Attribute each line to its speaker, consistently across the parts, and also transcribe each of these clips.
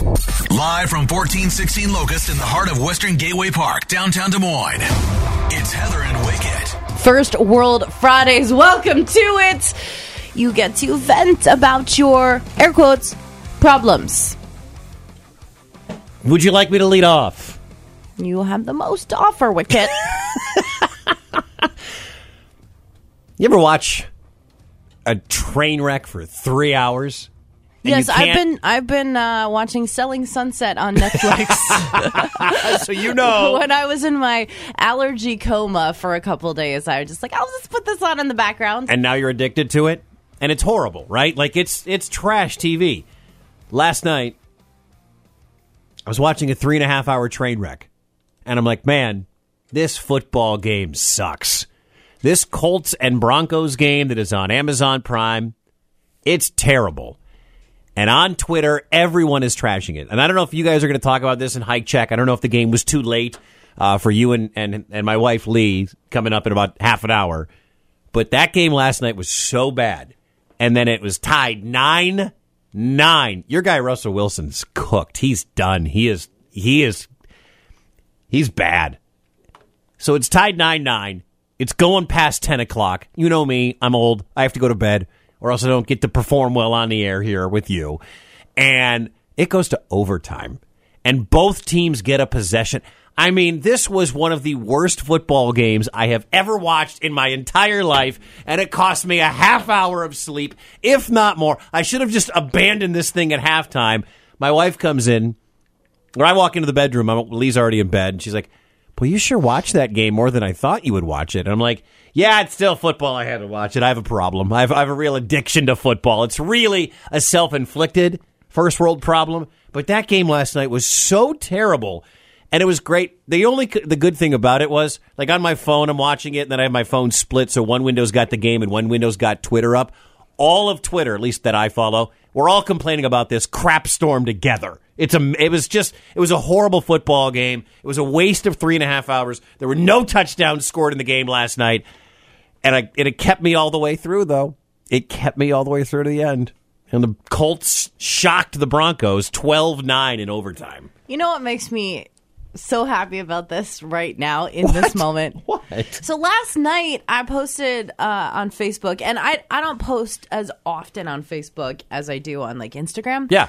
Speaker 1: Live from 1416 Locust in the heart of Western Gateway Park, downtown Des Moines. It's Heather and Wicket.
Speaker 2: First World Fridays. Welcome to it. You get to vent about your air quotes problems.
Speaker 3: Would you like me to lead off?
Speaker 2: You have the most to offer, Wicket.
Speaker 3: You ever watch a train wreck for three hours? And you
Speaker 2: yes, I've
Speaker 3: can't-
Speaker 2: been I've been uh, watching Selling Sunset on Netflix. uh,
Speaker 3: So you know.
Speaker 2: when I was in my allergy coma for a couple days, I was just like, I'll just put this on in the background.
Speaker 3: and now you're addicted to it, and it's horrible, right? Like it's it's trash TV. Last night, I was watching a three and a half hour train wreck, and I'm like, man, this football game sucks. This Colts and Broncos game that is on Amazon Prime, it's terrible. And on Twitter, everyone is trashing it. And I don't know if you guys are going to talk about this in Hike Check. I don't know if the game was too late uh, for you and, and, and my wife, Lee, coming up in about half an hour. But that game last night was so bad. And then it was tied 9 9. Your guy, Russell Wilson's cooked. He's done. He is, he is, he's bad. So it's tied 9 9. It's going past 10 o'clock. You know me. I'm old. I have to go to bed, or else I don't get to perform well on the air here with you. And it goes to overtime. And both teams get a possession. I mean, this was one of the worst football games I have ever watched in my entire life, and it cost me a half hour of sleep, if not more. I should have just abandoned this thing at halftime. My wife comes in when I walk into the bedroom, I'm, Lee's already in bed, and she's like, "Well, you sure watched that game more than I thought you would watch it." And I'm like, "Yeah, it's still football. I had to watch it. I have a problem. I have, I have a real addiction to football. It's really a self-inflicted first world problem. But that game last night was so terrible." And it was great. The only c- the good thing about it was, like on my phone, I'm watching it, and then I have my phone split, so one window's got the game and one window's got Twitter up all of Twitter, at least that I follow, we're all complaining about this crap storm together. It's a, it was just, it was a horrible football game. It was a waste of three and a half hours. There were no touchdowns scored in the game last night, and I, and it kept me all the way through. Though it kept me all the way through to the end. And the Colts shocked the Broncos 12-9 in overtime.
Speaker 2: You know what makes me so happy about this right now in this moment?
Speaker 3: What?
Speaker 2: So last night I posted uh, on Facebook, and I I don't post as often on Facebook as I do on like Instagram.
Speaker 3: Yeah.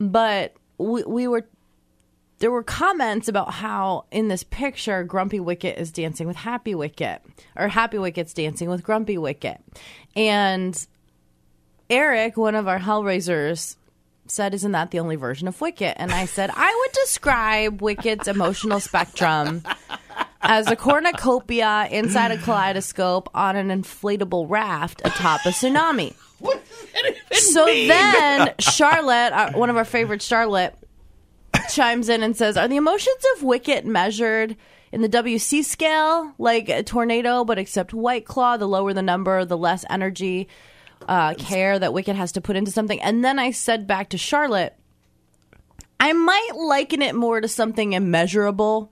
Speaker 2: but we, we were there were comments about how in this picture grumpy wicket is dancing with happy wicket or happy wicket's dancing with grumpy wicket and eric one of our hellraisers said isn't that the only version of wicket and i said i would describe wicket's emotional spectrum as a cornucopia inside a kaleidoscope on an inflatable raft atop a tsunami so then Charlotte, uh, one of our favorite Charlotte, chimes in and says, "Are the emotions of Wicket measured in the WC scale, like a tornado, but except White Claw? The lower the number, the less energy, uh, care that Wicket has to put into something." And then I said back to Charlotte, "I might liken it more to something immeasurable."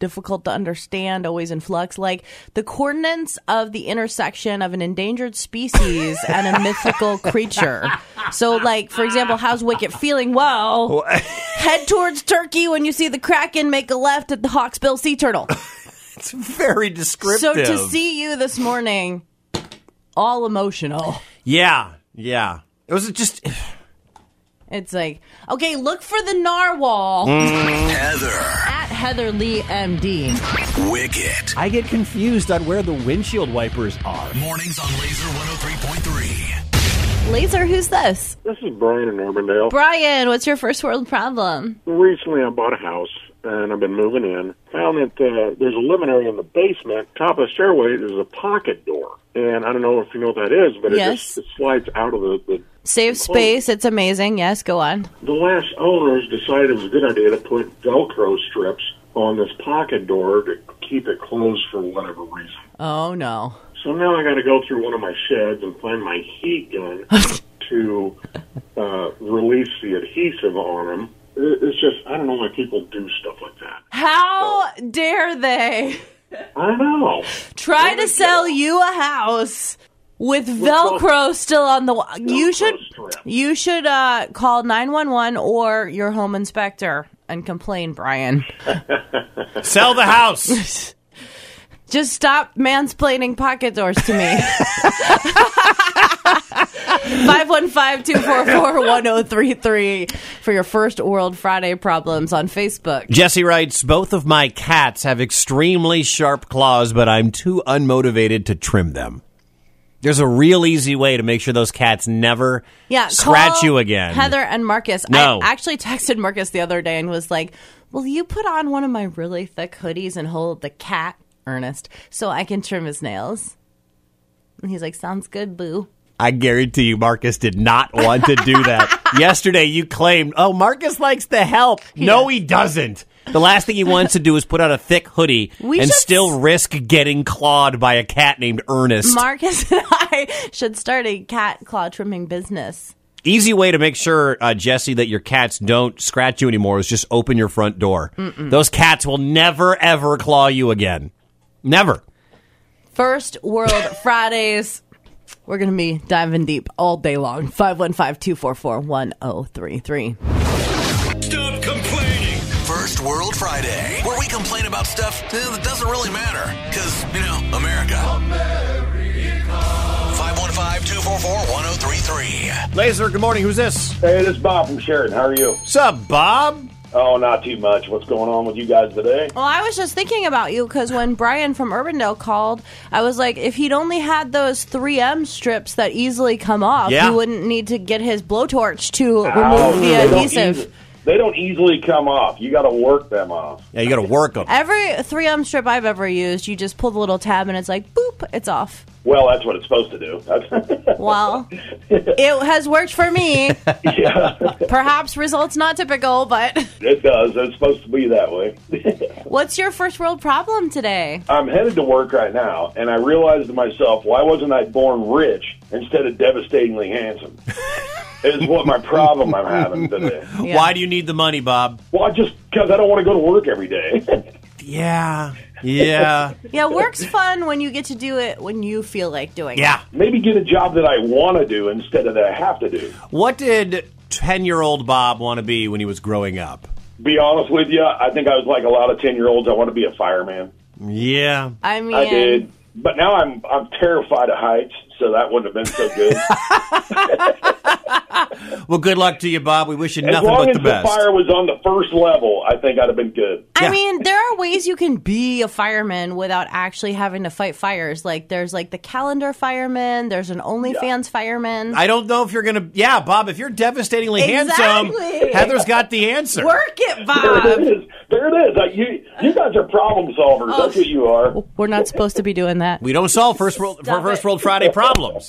Speaker 2: difficult to understand, always in flux, like the coordinates of the intersection of an endangered species and a mythical creature. So, like, for example, how's Wicket feeling? Well, head towards Turkey when you see the Kraken, make a left at the Hawksbill sea turtle.
Speaker 3: It's very
Speaker 2: So,
Speaker 3: descriptive.
Speaker 2: to see you this morning, all emotional.
Speaker 3: yeah, yeah. It was just
Speaker 2: It's like, okay, look for the narwhal
Speaker 1: Heather.
Speaker 2: at Heather Lee MD.
Speaker 1: Wicket.
Speaker 4: I get confused on where the windshield wipers are.
Speaker 1: Mornings on Laser 103.3.
Speaker 2: Laser, who's this?
Speaker 5: This is Brian in Urbandale.
Speaker 2: Brian, what's your first world problem?
Speaker 5: Recently, I bought a house and I've been moving in. Found that uh, there's a living area in the basement. Top of the stairway is a pocket door, and I don't know if you know what that is, but it
Speaker 2: Yes.
Speaker 5: just it slides out of the, the
Speaker 2: Save space. It's amazing. Yes, go on.
Speaker 5: the last owners decided it was a good idea to put Velcro strips on this pocket door to keep it closed for whatever reason.
Speaker 2: Oh no.
Speaker 5: So now I got to go through one of my sheds and find my heat gun to uh, release the adhesive on them. It's just I don't know why people do stuff like that.
Speaker 2: How dare they
Speaker 5: I know.
Speaker 2: try to sell you a house with
Speaker 5: all-
Speaker 2: Velcro still on the. wa- you
Speaker 5: Velcro
Speaker 2: should
Speaker 5: strap.
Speaker 2: you should uh, call nine one one or your home inspector and complain, Brian.
Speaker 3: Sell the house.
Speaker 2: Just stop mansplaining pocket doors to me. 515-244-1033 for your first World Friday problems on Facebook.
Speaker 3: Jesse writes Both of my cats have extremely sharp claws, but I'm too unmotivated to trim them. There's a real easy way to make sure those cats never
Speaker 2: Yeah,
Speaker 3: scratch
Speaker 2: call
Speaker 3: you again.
Speaker 2: Heather and Marcus.
Speaker 3: No.
Speaker 2: I actually texted Marcus the other day and was like, "Will you put on one of my really thick hoodies and hold the cat, Ernest, so I can trim his nails?" And he's like, "Sounds good, boo."
Speaker 3: I guarantee you, Marcus did not want to do that. Yesterday, you claimed, oh, Marcus likes the help. No, he doesn't. The last thing he wants to do is put on a thick hoodie
Speaker 2: We
Speaker 3: and
Speaker 2: should
Speaker 3: still risk getting clawed by a cat named Ernest.
Speaker 2: Marcus and I should start a cat claw trimming business.
Speaker 3: Easy way to make sure, uh, Jesse, that your cats don't scratch you anymore is just open your front door. Those cats will never, ever claw you again. Never.
Speaker 2: First World Fridays. We're going to be diving deep all day long. 515 244 1033.
Speaker 1: Stop complaining. First World Friday, where we complain about stuff eh, that doesn't really matter. Because, you know, America. 515 244 1033.
Speaker 3: Laser, good morning. Who's this?
Speaker 5: Hey, this is Bob from Sheridan. How are you?
Speaker 3: What's up, Bob?
Speaker 5: Oh, not too much. What's going on with you guys today?
Speaker 2: Well, I was just thinking about you because when Brian from Urbandale called, I was like, if he'd only had those 3M strips that easily come off,
Speaker 3: Yeah.
Speaker 2: he wouldn't need to get his blowtorch to
Speaker 5: Ow,
Speaker 2: remove the
Speaker 5: Oh, they don't
Speaker 2: adhesive.
Speaker 5: easi- they don't easily come off. You got to work them off.
Speaker 3: Yeah, you got to work them.
Speaker 2: Every 3M strip I've ever used, you just pull the little tab and it's like, boop, it's off.
Speaker 5: Well, that's what it's supposed to do. That's,
Speaker 2: Well, it has worked for me.
Speaker 5: yeah,
Speaker 2: Perhaps results not typical, but.
Speaker 5: it does. It's supposed to be that way.
Speaker 2: What's your first world problem today?
Speaker 5: I'm headed to work right now, and I realized to myself, why wasn't I born rich instead of devastatingly handsome? is what my problem I'm having today.
Speaker 2: Yeah.
Speaker 3: Why do you need the money, Bob?
Speaker 5: Well, I just because I don't want to go to work every day.
Speaker 3: Yeah. Yeah.
Speaker 2: Yeah, work's fun when you get to do it when you feel like doing it.
Speaker 3: yeah.
Speaker 5: Maybe get a job that I want to do instead of that I have to do.
Speaker 3: What did 10 year old Bob want to be when he was growing up?
Speaker 5: Be honest with you, I think I was like a lot of ten year olds. I want to be a fireman.
Speaker 3: Yeah.
Speaker 2: I mean,
Speaker 5: I did, but now I'm I'm terrified of heights, so that wouldn't have been so good.
Speaker 3: Well, good luck to you, Bob. We wish you
Speaker 5: as
Speaker 3: nothing
Speaker 5: long
Speaker 3: but
Speaker 5: as
Speaker 3: the best.
Speaker 5: fire was on the first level, I think I'd have been good.
Speaker 2: I
Speaker 3: Yeah.
Speaker 2: mean, there are ways you can be a fireman without actually having to fight fires. Like there's like the calendar fireman, there's an OnlyFans fireman.
Speaker 3: I don't know if you're going to. Yeah, Bob, if you're devastatingly handsome,
Speaker 2: Exactly.
Speaker 3: Heather's got the answer.
Speaker 2: Work it,
Speaker 5: There
Speaker 2: Bob.
Speaker 5: it is. There it is. Like, you, you guys are problem solvers. That's what you are.
Speaker 2: We're not supposed to be doing that.
Speaker 3: We don't solve first world,
Speaker 2: Stop
Speaker 3: first
Speaker 2: it.
Speaker 3: world Friday problems.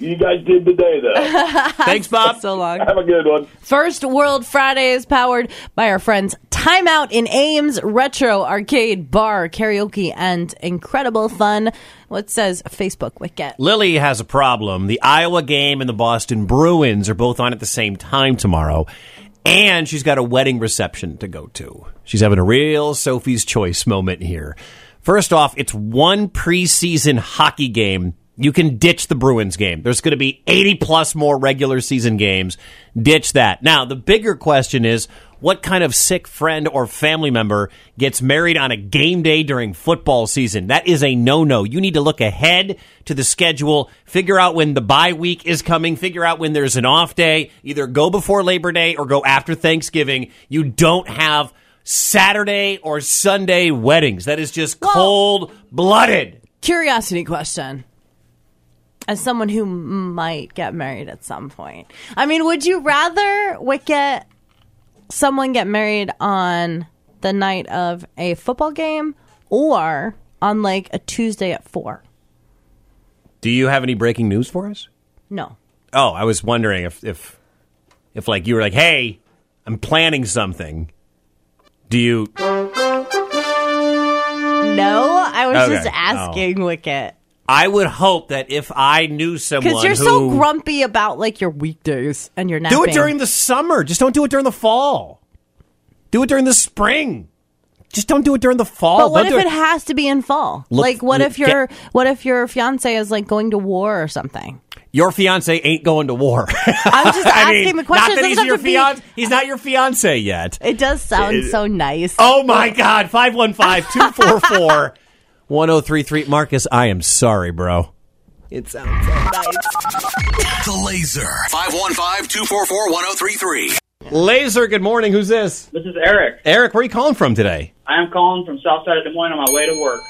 Speaker 5: You guys did today, though.
Speaker 3: Thanks, Bob.
Speaker 2: so long.
Speaker 5: have a good one.
Speaker 2: First World Friday is powered by our friends Timeout in Ames, Retro Arcade Bar, Karaoke, and Incredible Fun. What says Facebook Wicket?
Speaker 3: Lily has a problem. The Iowa game and the Boston Bruins are both on at the same time tomorrow. And she's got a wedding reception to go to. She's having a real Sophie's Choice moment here. First off, it's one preseason hockey game. You can ditch the Bruins game. There's going to be 80 plus more regular season games. Ditch that. Now, the bigger question is what kind of sick friend or family member gets married on a game day during football season. That is a no no. You need to look ahead to the schedule, figure out when the bye week is coming, figure out when there's an off day. Either go before Labor Day or go after Thanksgiving. You don't have Saturday or Sunday weddings. That is just
Speaker 2: Well-
Speaker 3: cold blooded.
Speaker 2: curiosity question as someone who might get married at some point i mean would you rather wicket someone get married on the night of a football game or on like a tuesday at four
Speaker 3: Do you have any breaking news for us?
Speaker 2: no
Speaker 3: Oh, I was wondering if if if like you were like, "Hey, I'm planning something." Do you
Speaker 2: no i was
Speaker 3: Okay. Oh.
Speaker 2: just asking wicket
Speaker 3: I would hope that if I knew someone
Speaker 2: because you're
Speaker 3: who
Speaker 2: so grumpy about like your weekdays and your napping.
Speaker 3: do it during the summer, just don't do it during the fall. Do it during the spring. Just don't do it during the fall.
Speaker 2: But what if
Speaker 3: Don't do
Speaker 2: it has to be in fall?
Speaker 3: Look-
Speaker 2: like, what
Speaker 3: look-
Speaker 2: if your what if your fiance is like going to war or something?
Speaker 3: Your fiance ain't going to war.
Speaker 2: I'm just
Speaker 3: I
Speaker 2: asking
Speaker 3: mean,
Speaker 2: a question.
Speaker 3: not
Speaker 2: It
Speaker 3: that he's
Speaker 2: doesn't
Speaker 3: your
Speaker 2: have to be-
Speaker 3: fiance. He's not your fiance yet.
Speaker 2: It does sound so nice.
Speaker 3: Oh my God. 515 244 1033. Marcus, I am sorry, bro.
Speaker 2: It sounds so nice.
Speaker 1: The laser. 515-244-1033.
Speaker 3: Laser, good morning. Who's this?
Speaker 6: This is Eric.
Speaker 3: Eric, where are you calling from today?
Speaker 6: I am calling from south side of Des Moines on my way to work.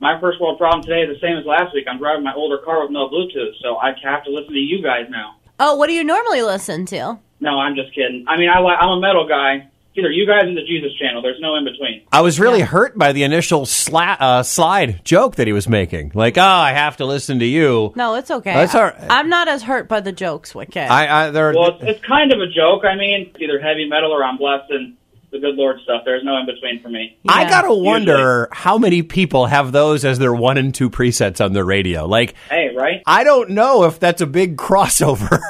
Speaker 6: My first world problem today is the same as last week. I'm driving my older car with no Bluetooth, so I have to listen to you guys now.
Speaker 2: Oh, what do you normally listen to?
Speaker 6: No, I'm just kidding. I mean, I, li- I'm a metal guy. Either you guys or the Jesus channel. There's no in between.
Speaker 3: I was really hurt by the initial sla- uh, slide joke that he was making. Like, oh, I have to listen to you.
Speaker 2: No, it's okay.
Speaker 3: That's all right.
Speaker 2: I'm not as hurt by the jokes, Wicket.
Speaker 3: I, I, there,
Speaker 6: Well, it's, it's kind of a joke. I mean, it's either heavy metal or I'm blessed and the good Lord stuff. There's no in between for me.
Speaker 3: I
Speaker 2: Yeah.
Speaker 3: gotta wonder how many people have those as their one and two presets on their radio. Like,
Speaker 6: Hey, right?
Speaker 3: I don't know if that's a big crossover.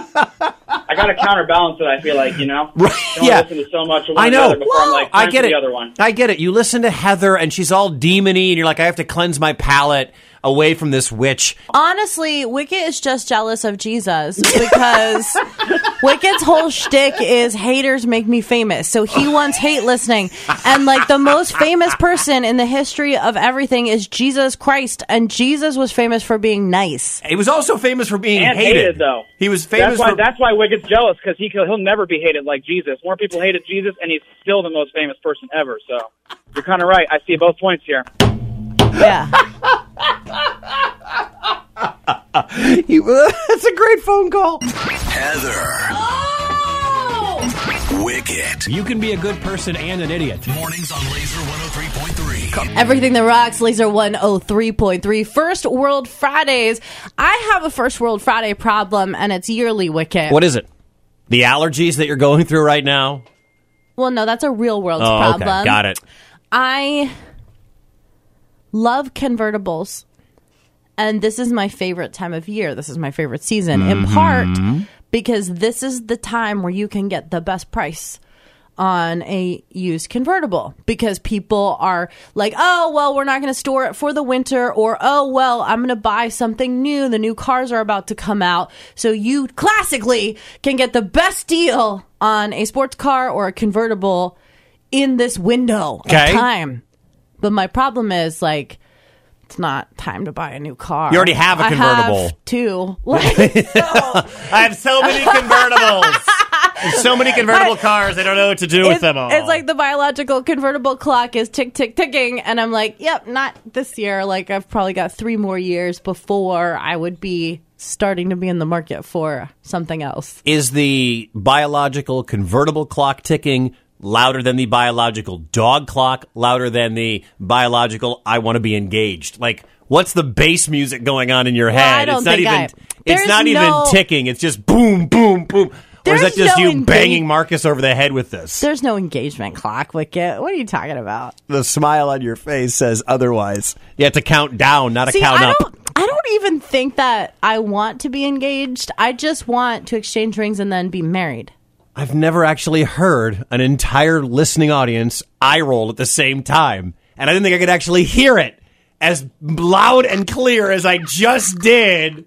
Speaker 6: I got to counterbalance it. I feel like you know.
Speaker 3: Right,
Speaker 6: Don't
Speaker 3: yeah.
Speaker 6: listen to so much of one
Speaker 3: I
Speaker 6: or the
Speaker 3: know.
Speaker 6: other before I'm like,
Speaker 3: I
Speaker 6: time
Speaker 3: get
Speaker 6: for
Speaker 3: it.
Speaker 6: the other one.
Speaker 3: I get it. You listen to Heather, and she's all demony, and you're like, I have to cleanse my palate away from this witch.
Speaker 2: Honestly, Wicket is just jealous of Jesus because Wicket's whole shtick is haters make me famous. So he wants hate listening. And like the most famous person in the history of everything is Jesus Christ. And Jesus was famous for being nice.
Speaker 3: He was also famous for being
Speaker 6: and
Speaker 3: hated.
Speaker 6: hated, though.
Speaker 3: He was famous
Speaker 6: That's why
Speaker 3: for
Speaker 6: that's why Wicked's jealous because he he'll, he'll never be hated like Jesus. More people hated Jesus, and he's still the most famous person ever. So you're kind of right. I see both points here.
Speaker 2: Yeah.
Speaker 3: He- that's a great phone call.
Speaker 1: Heather. Wicket.
Speaker 4: You can be a good person and an idiot.
Speaker 1: Mornings on Laser 103.3.
Speaker 2: Everything that rocks, Laser 103.3. First World Fridays. I have a First World Friday problem and it's yearly, Wicket.
Speaker 3: What is it? The allergies that you're going through right now.
Speaker 2: Well, no, that's a real world
Speaker 3: Oh,
Speaker 2: problem.
Speaker 3: okay, got it.
Speaker 2: I love convertibles. And this is my favorite time of year. This is my favorite season, in part because this is the time where you can get the best price on a used convertible because people are like, oh, well, we're not going to store it for the winter, or oh, well, I'm going to buy something new. The new cars are about to come out. So you classically can get the best deal on a sports car or a convertible in this window of
Speaker 3: Okay.
Speaker 2: time. But my problem is like, it's not time to buy a new car.
Speaker 3: You already have a
Speaker 2: I
Speaker 3: convertible.
Speaker 2: two. Like, so-
Speaker 3: I have so many convertibles. so many convertible cars. I don't know what to do
Speaker 2: it's, it's like the biological convertible clock is tick tick ticking and i'm like yep not this year like i've probably got three more years before i would be starting to be in the market for something else
Speaker 3: is the biological convertible clock ticking louder than the biological dog clock louder than the biological i want to be engaged like what's the bass music going on in your head
Speaker 2: I don't
Speaker 3: it's not
Speaker 2: think
Speaker 3: even
Speaker 2: I-
Speaker 3: it's
Speaker 2: there's
Speaker 3: not
Speaker 2: no-
Speaker 3: even ticking it's just boom boom boom or is that
Speaker 2: There's
Speaker 3: just
Speaker 2: no
Speaker 3: you
Speaker 2: engage-
Speaker 3: banging marcus over the head with this
Speaker 2: there's no engagement clock wicket what are you talking about
Speaker 3: the smile on your face says otherwise you have to count down not a
Speaker 2: see
Speaker 3: count
Speaker 2: i
Speaker 3: up
Speaker 2: don't i don't even think that i want to be engaged i just want to exchange rings and then be married
Speaker 3: I've never actually heard an entire listening audience eye roll at the same time. And I didn't think I could actually hear it as loud and clear as I just did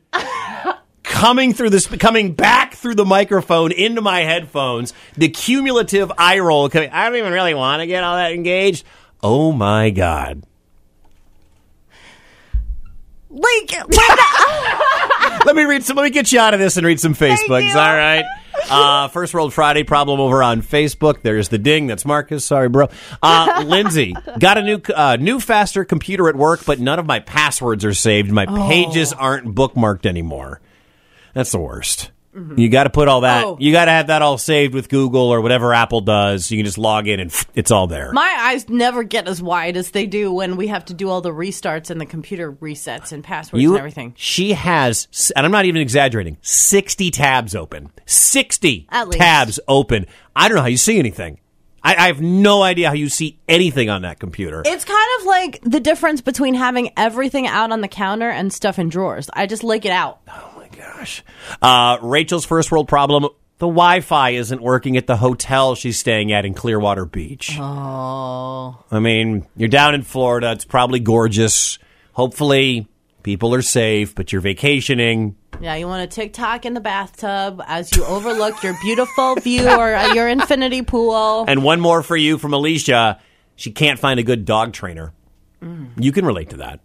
Speaker 3: coming through this coming back through the microphone into my headphones. The cumulative eye roll coming I don't even really want to get all that engaged. Oh my god.
Speaker 2: like why not?
Speaker 3: let me read some. Let me get you out of this and read some Facebooks.
Speaker 2: you.
Speaker 3: All right. Uh, First World Friday problem over on Facebook. There's the ding. That's Marcus. Sorry, bro. Uh, Lindsay got a new uh, new faster computer at work, but none of my passwords are saved. My
Speaker 2: Oh.
Speaker 3: pages aren't bookmarked anymore. That's the worst. You got to put all that.
Speaker 2: Mm-hmm. Oh.
Speaker 3: You got to have that all saved with Google or whatever Apple does. You can just log in and it's all there.
Speaker 2: My eyes never get as wide as they do when we have to do all the restarts and the computer resets and passwords
Speaker 3: You-
Speaker 2: and everything.
Speaker 3: She has, and I'm not even exaggerating, 60 tabs open. 60
Speaker 2: At least.
Speaker 3: tabs open. I don't know how you see anything. I, I have no idea how you see anything on that computer.
Speaker 2: It's kind of like the difference between having everything out on the counter and stuff in drawers. I just like it out.
Speaker 3: oh my gosh. Uh, Rachel's first world problem The Wi Fi isn't working at the hotel she's staying at in Clearwater Beach. Oh. I mean, you're down in Florida. It's probably gorgeous. Hopefully, people are safe, but you're vacationing.
Speaker 2: Yeah, you want to TikTok in the bathtub as you overlook your beautiful view or uh, your infinity pool.
Speaker 3: And one more for you from Alicia. She can't find a good dog trainer. You can relate to that.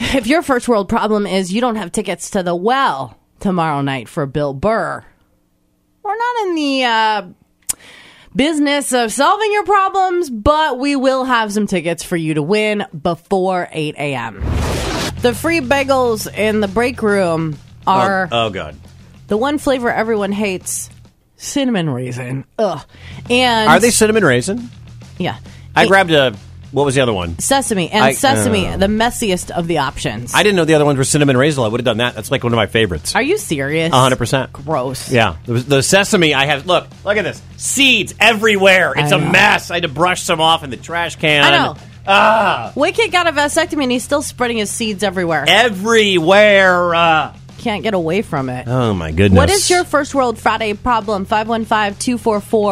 Speaker 2: If your first world problem is you don't have tickets to the well tomorrow night for Bill Burr, we're not in the uh, business of solving your problems, but we will have some tickets for you to win before 8 a.m. The free bagels in the break room are.
Speaker 3: oh, oh, God.
Speaker 2: The one flavor everyone hates, cinnamon raisin. Ugh. And
Speaker 3: Are they cinnamon raisin?
Speaker 2: Yeah.
Speaker 3: I grabbed a. What was the other one?
Speaker 2: sesame and
Speaker 3: I- uh.
Speaker 2: sesame, the messiest of the options.
Speaker 3: I didn't know the other ones were cinnamon raisin. I would have done that. That's like one of my favorites.
Speaker 2: Are you serious?
Speaker 3: hundred percent.
Speaker 2: Gross.
Speaker 3: Yeah, the, the sesame I have. Look, look at this. Seeds everywhere. It's
Speaker 2: I
Speaker 3: a
Speaker 2: know.
Speaker 3: mess. I had to brush some off in the trash can.
Speaker 2: I know.
Speaker 3: Ah.
Speaker 2: Wicked got a vasectomy and he's still spreading his seeds everywhere.
Speaker 3: Eh. Everywhere. Uh,
Speaker 2: Can't get away from it.
Speaker 3: oh my goodness.
Speaker 2: What is your first world Friday problem? 515-244-1033.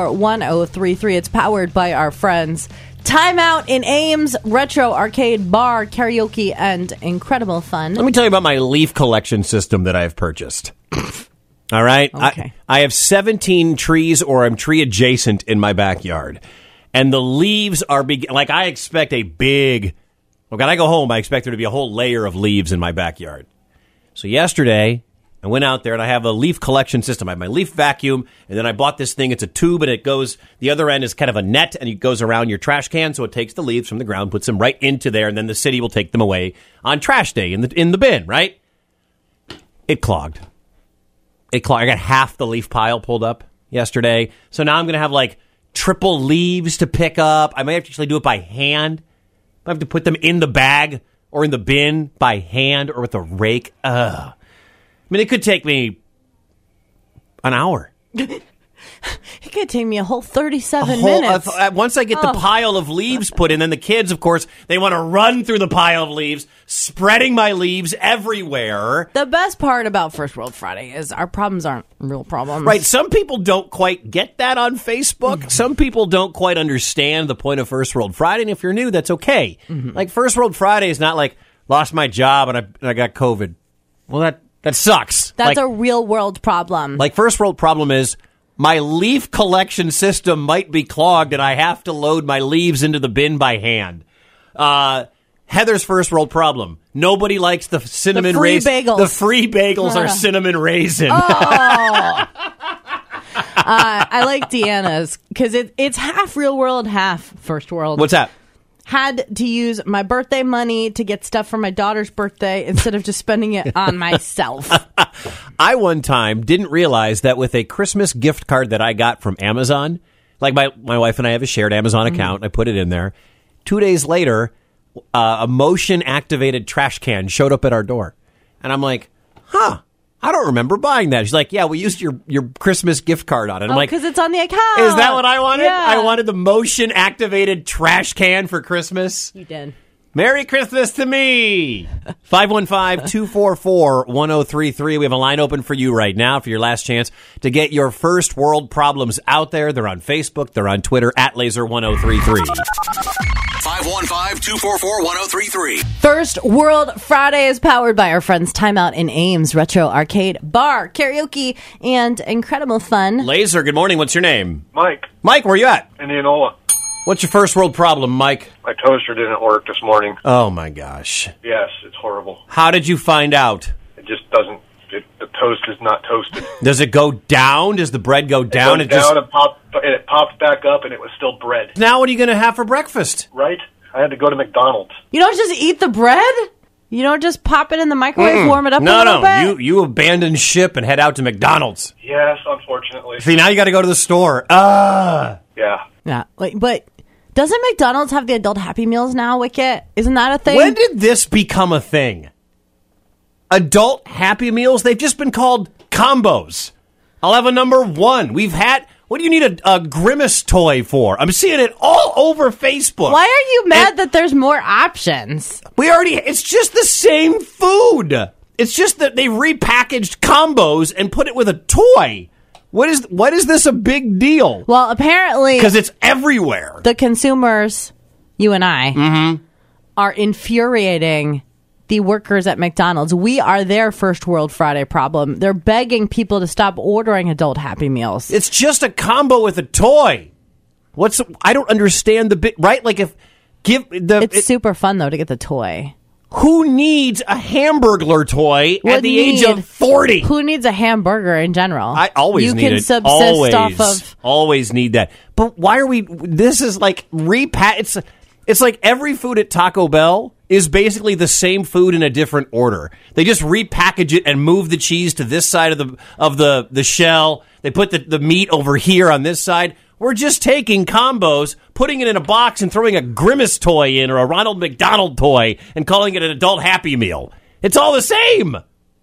Speaker 2: It's powered by our friends. Time out in Ames Retro Arcade Bar, karaoke, and incredible fun.
Speaker 3: Let me tell you about my leaf collection system that I have purchased. All right.
Speaker 2: Okay.
Speaker 3: I, I have 17 trees or I'm tree adjacent in my backyard. And the leaves are big. Like, I expect a big. Well, when I go home, I expect there to be a whole layer of leaves in my backyard. So, yesterday, I went out there and I have a leaf collection system. I have my leaf vacuum, and then I bought this thing. It's a tube, and it goes, the other end is kind of a net, and it goes around your trash can. So, it takes the leaves from the ground, puts them right into there, and then the city will take them away on trash day in the, in the bin, right? It clogged it clogged. I got half the leaf pile pulled up yesterday. So now I'm going to have like triple leaves to pick up. I might actually do it by hand. I have to put them in the bag or in the bin by hand or with a rake. Ugh. I mean, it could take me an hour.
Speaker 2: It could take me a whole 37
Speaker 3: Whole-
Speaker 2: minutes.
Speaker 3: uh, th- uh, once I get the
Speaker 2: Oh.
Speaker 3: pile of leaves put in, then the kids, of course, they want to run through the pile of leaves, spreading my leaves everywhere.
Speaker 2: The best part about First World Friday is our problems aren't real problems.
Speaker 3: Right. Some people don't quite get that on Facebook. Some people don't quite understand the point of First World Friday. And if you're new, that's okay. Like First World Friday is not like lost my job and I, and I got COVID. Well, that that sucks.
Speaker 2: That's
Speaker 3: like,
Speaker 2: a real world problem.
Speaker 3: like first world problem is my leaf collection system might be clogged and I have to load my leaves into the bin by hand. Uh, Heather's first world problem. Nobody likes the cinnamon
Speaker 2: free
Speaker 3: raisin.
Speaker 2: bagels. Oh.
Speaker 3: The free bagels are cinnamon raisin.
Speaker 2: I,
Speaker 3: uh,
Speaker 2: I like Deanna's because it, it's half real world, half first world.
Speaker 3: What's that?
Speaker 2: Had to use my birthday money to get stuff for my daughter's birthday instead of just spending it on myself.
Speaker 3: I one time didn't realize that with a Christmas gift card that I got from Amazon, like my, my wife and I have a shared Amazon
Speaker 2: Mm-hmm.
Speaker 3: account, I put it in there. Two days later, uh, a motion activated trash can showed up at our door. And I'm like, huh, I don't remember buying that. She's like, yeah, we used your, your Christmas gift card on it. I'm like,
Speaker 2: because Oh, it's on the account.
Speaker 3: is that what I wanted?
Speaker 2: Yeah.
Speaker 3: I wanted the motion activated trash can for Christmas.
Speaker 2: You did.
Speaker 3: Merry Christmas to me. 515-244-1033. We have a line open for you right now for your last chance to get your first world problems out there. They're on Facebook, they're on Twitter at laser1033.
Speaker 1: 515-244-1033.
Speaker 2: First World Friday is powered by our friends Time Out in Ames Retro Arcade Bar, karaoke, and incredible fun.
Speaker 3: Laser, good morning. What's your name?
Speaker 7: Mike,
Speaker 3: Mike, where you at?
Speaker 7: Indianola.
Speaker 3: What's your first world problem, Mike?
Speaker 7: My toaster didn't work this morning.
Speaker 3: Oh my gosh.
Speaker 7: Yes, it's horrible.
Speaker 3: How did you find out?
Speaker 7: It just doesn't. It, the toast is not toasted.
Speaker 3: Does it go down? Does the bread go down?
Speaker 7: It goes down and popped, and it popped back up, and it was still bread.
Speaker 3: Now what are you going to have for breakfast?
Speaker 7: Right? I had to go to McDonald's.
Speaker 2: You don't just eat the bread? You don't just pop it in the microwave, warm it up a
Speaker 3: No,
Speaker 2: little
Speaker 3: no.
Speaker 2: bit?
Speaker 3: You you abandon ship and head out to McDonald's.
Speaker 7: Yes, unfortunately.
Speaker 3: See, now you got to go to the store. Ah.
Speaker 7: Yeah.
Speaker 2: Yeah, wait, but doesn't McDonald's have the adult Happy Meals now, Wicket? Isn't that a thing?
Speaker 3: When did this become a thing? Adult Happy Meals? They've just been called combos. I'll have a number one. We've had. What do you need a, a grimace toy for? I'm seeing it all over Facebook.
Speaker 2: Why are you mad
Speaker 3: And
Speaker 2: that there's more options?
Speaker 3: we already? It's just the same food. It's just that they repackaged combos and put it with a toy. What is what is this a big deal?
Speaker 2: Well, apparently,
Speaker 3: Because it's everywhere.
Speaker 2: the consumers, you and I,
Speaker 3: Mm-hmm.
Speaker 2: are infuriating the workers at McDonald's. We are their first World Friday problem. They're begging people to stop ordering adult Happy Meals.
Speaker 3: It's just a combo with a toy. What's I don't understand the bit right? Like if give the
Speaker 2: it's
Speaker 3: it-
Speaker 2: super fun though to get the toy.
Speaker 3: who needs a hamburglar toy
Speaker 2: Would
Speaker 3: at the age of
Speaker 2: need-
Speaker 3: forty?
Speaker 2: Who needs a hamburger in general?
Speaker 3: I always
Speaker 2: you
Speaker 3: need
Speaker 2: can
Speaker 3: it.
Speaker 2: subsist
Speaker 3: always,
Speaker 2: off of.
Speaker 3: always need that. But why are we? This is like repat. It's it's like every food at Taco Bell is basically the same food in a different order. They just repackage it and move the cheese to this side of the of the the shell. They put the, the meat over here on this side. We're just taking combos, putting it in a box, and throwing a Grimace toy in or a Ronald McDonald toy, and calling it an adult Happy Meal. It's all the same.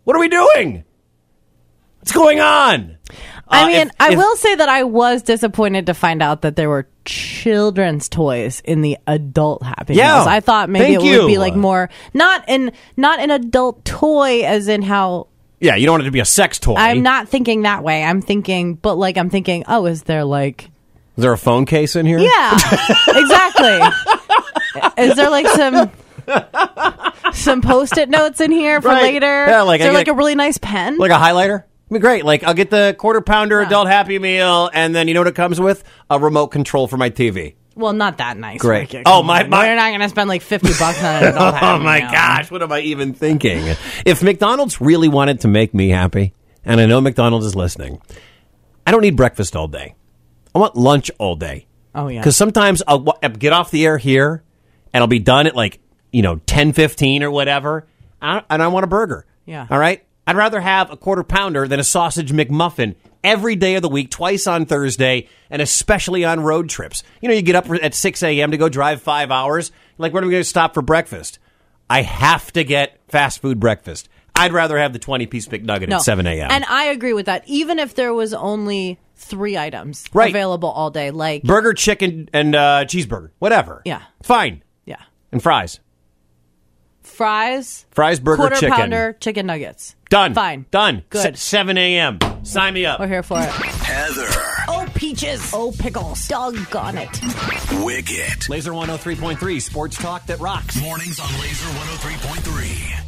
Speaker 3: What are we doing? What's going on?
Speaker 2: I
Speaker 3: Uh,
Speaker 2: mean,
Speaker 3: if-
Speaker 2: I
Speaker 3: if-
Speaker 2: will say that I was disappointed to find out that there were children's toys in the adult Happy
Speaker 3: Yeah.
Speaker 2: Meals. I thought maybe
Speaker 3: Thank
Speaker 2: it would
Speaker 3: you.
Speaker 2: be like more not an not an adult toy as in how
Speaker 3: Yeah, you don't want it to be a sex toy.
Speaker 2: I'm not thinking that way. I'm thinking, but like I'm thinking, oh, is there like
Speaker 3: Is there a phone case in here?
Speaker 2: yeah, exactly. Is there like some some post-it notes in here for
Speaker 3: Right.
Speaker 2: later?
Speaker 3: Yeah, like,
Speaker 2: is there
Speaker 3: I
Speaker 2: like
Speaker 3: get-
Speaker 2: a really nice pen?
Speaker 3: Like a highlighter? It'd be great. Like, I'll get the quarter pounder adult Happy Meal, and then you know what it comes with? A remote control for my TV.
Speaker 2: well, not that nice.
Speaker 3: Great.
Speaker 2: Ricky.
Speaker 3: Oh,
Speaker 2: Come
Speaker 3: my-
Speaker 2: on.
Speaker 3: my-
Speaker 2: We're not going to spend like fifty bucks on it.
Speaker 3: Oh my gosh, what am I even thinking? if McDonald's really wanted to make me happy, and I know McDonald's is listening, I don't need breakfast all day. I want lunch all day.
Speaker 2: Oh yeah.
Speaker 3: Because sometimes I'll, wa- I'll get off the air here, and I'll be done at like you know ten fifteen or whatever, and I, and I want a burger.
Speaker 2: Yeah.
Speaker 3: All right. I'd rather have a quarter pounder than a sausage McMuffin every day of the week, twice on Thursday, and especially on road trips. You know, you get up at six a.m. to go drive five hours. Like, where am I going to stop for breakfast? I have to get fast food breakfast. I'd rather have the twenty piece McNugget
Speaker 2: No.
Speaker 3: at seven a.m.
Speaker 2: And I agree with that. Even if there was only three items
Speaker 3: Right.
Speaker 2: available all day, like
Speaker 3: burger, chicken, and uh, cheeseburger, whatever.
Speaker 2: Yeah.
Speaker 3: Fine.
Speaker 2: yeah,
Speaker 3: And fries.
Speaker 2: fries,
Speaker 3: Fries, burger,
Speaker 2: quarter
Speaker 3: chicken.
Speaker 2: pounder, chicken nuggets.
Speaker 3: Done.
Speaker 2: Fine.
Speaker 3: Done.
Speaker 2: Good.
Speaker 3: Se- 7 a.m. Sign me up.
Speaker 2: We're here for it.
Speaker 1: Heather.
Speaker 2: Oh peaches. Oh pickles. Doggone it.
Speaker 1: Wicket.
Speaker 3: oh Laser 103.3, sports talk that rocks.
Speaker 1: Mornings on Laser 103.3.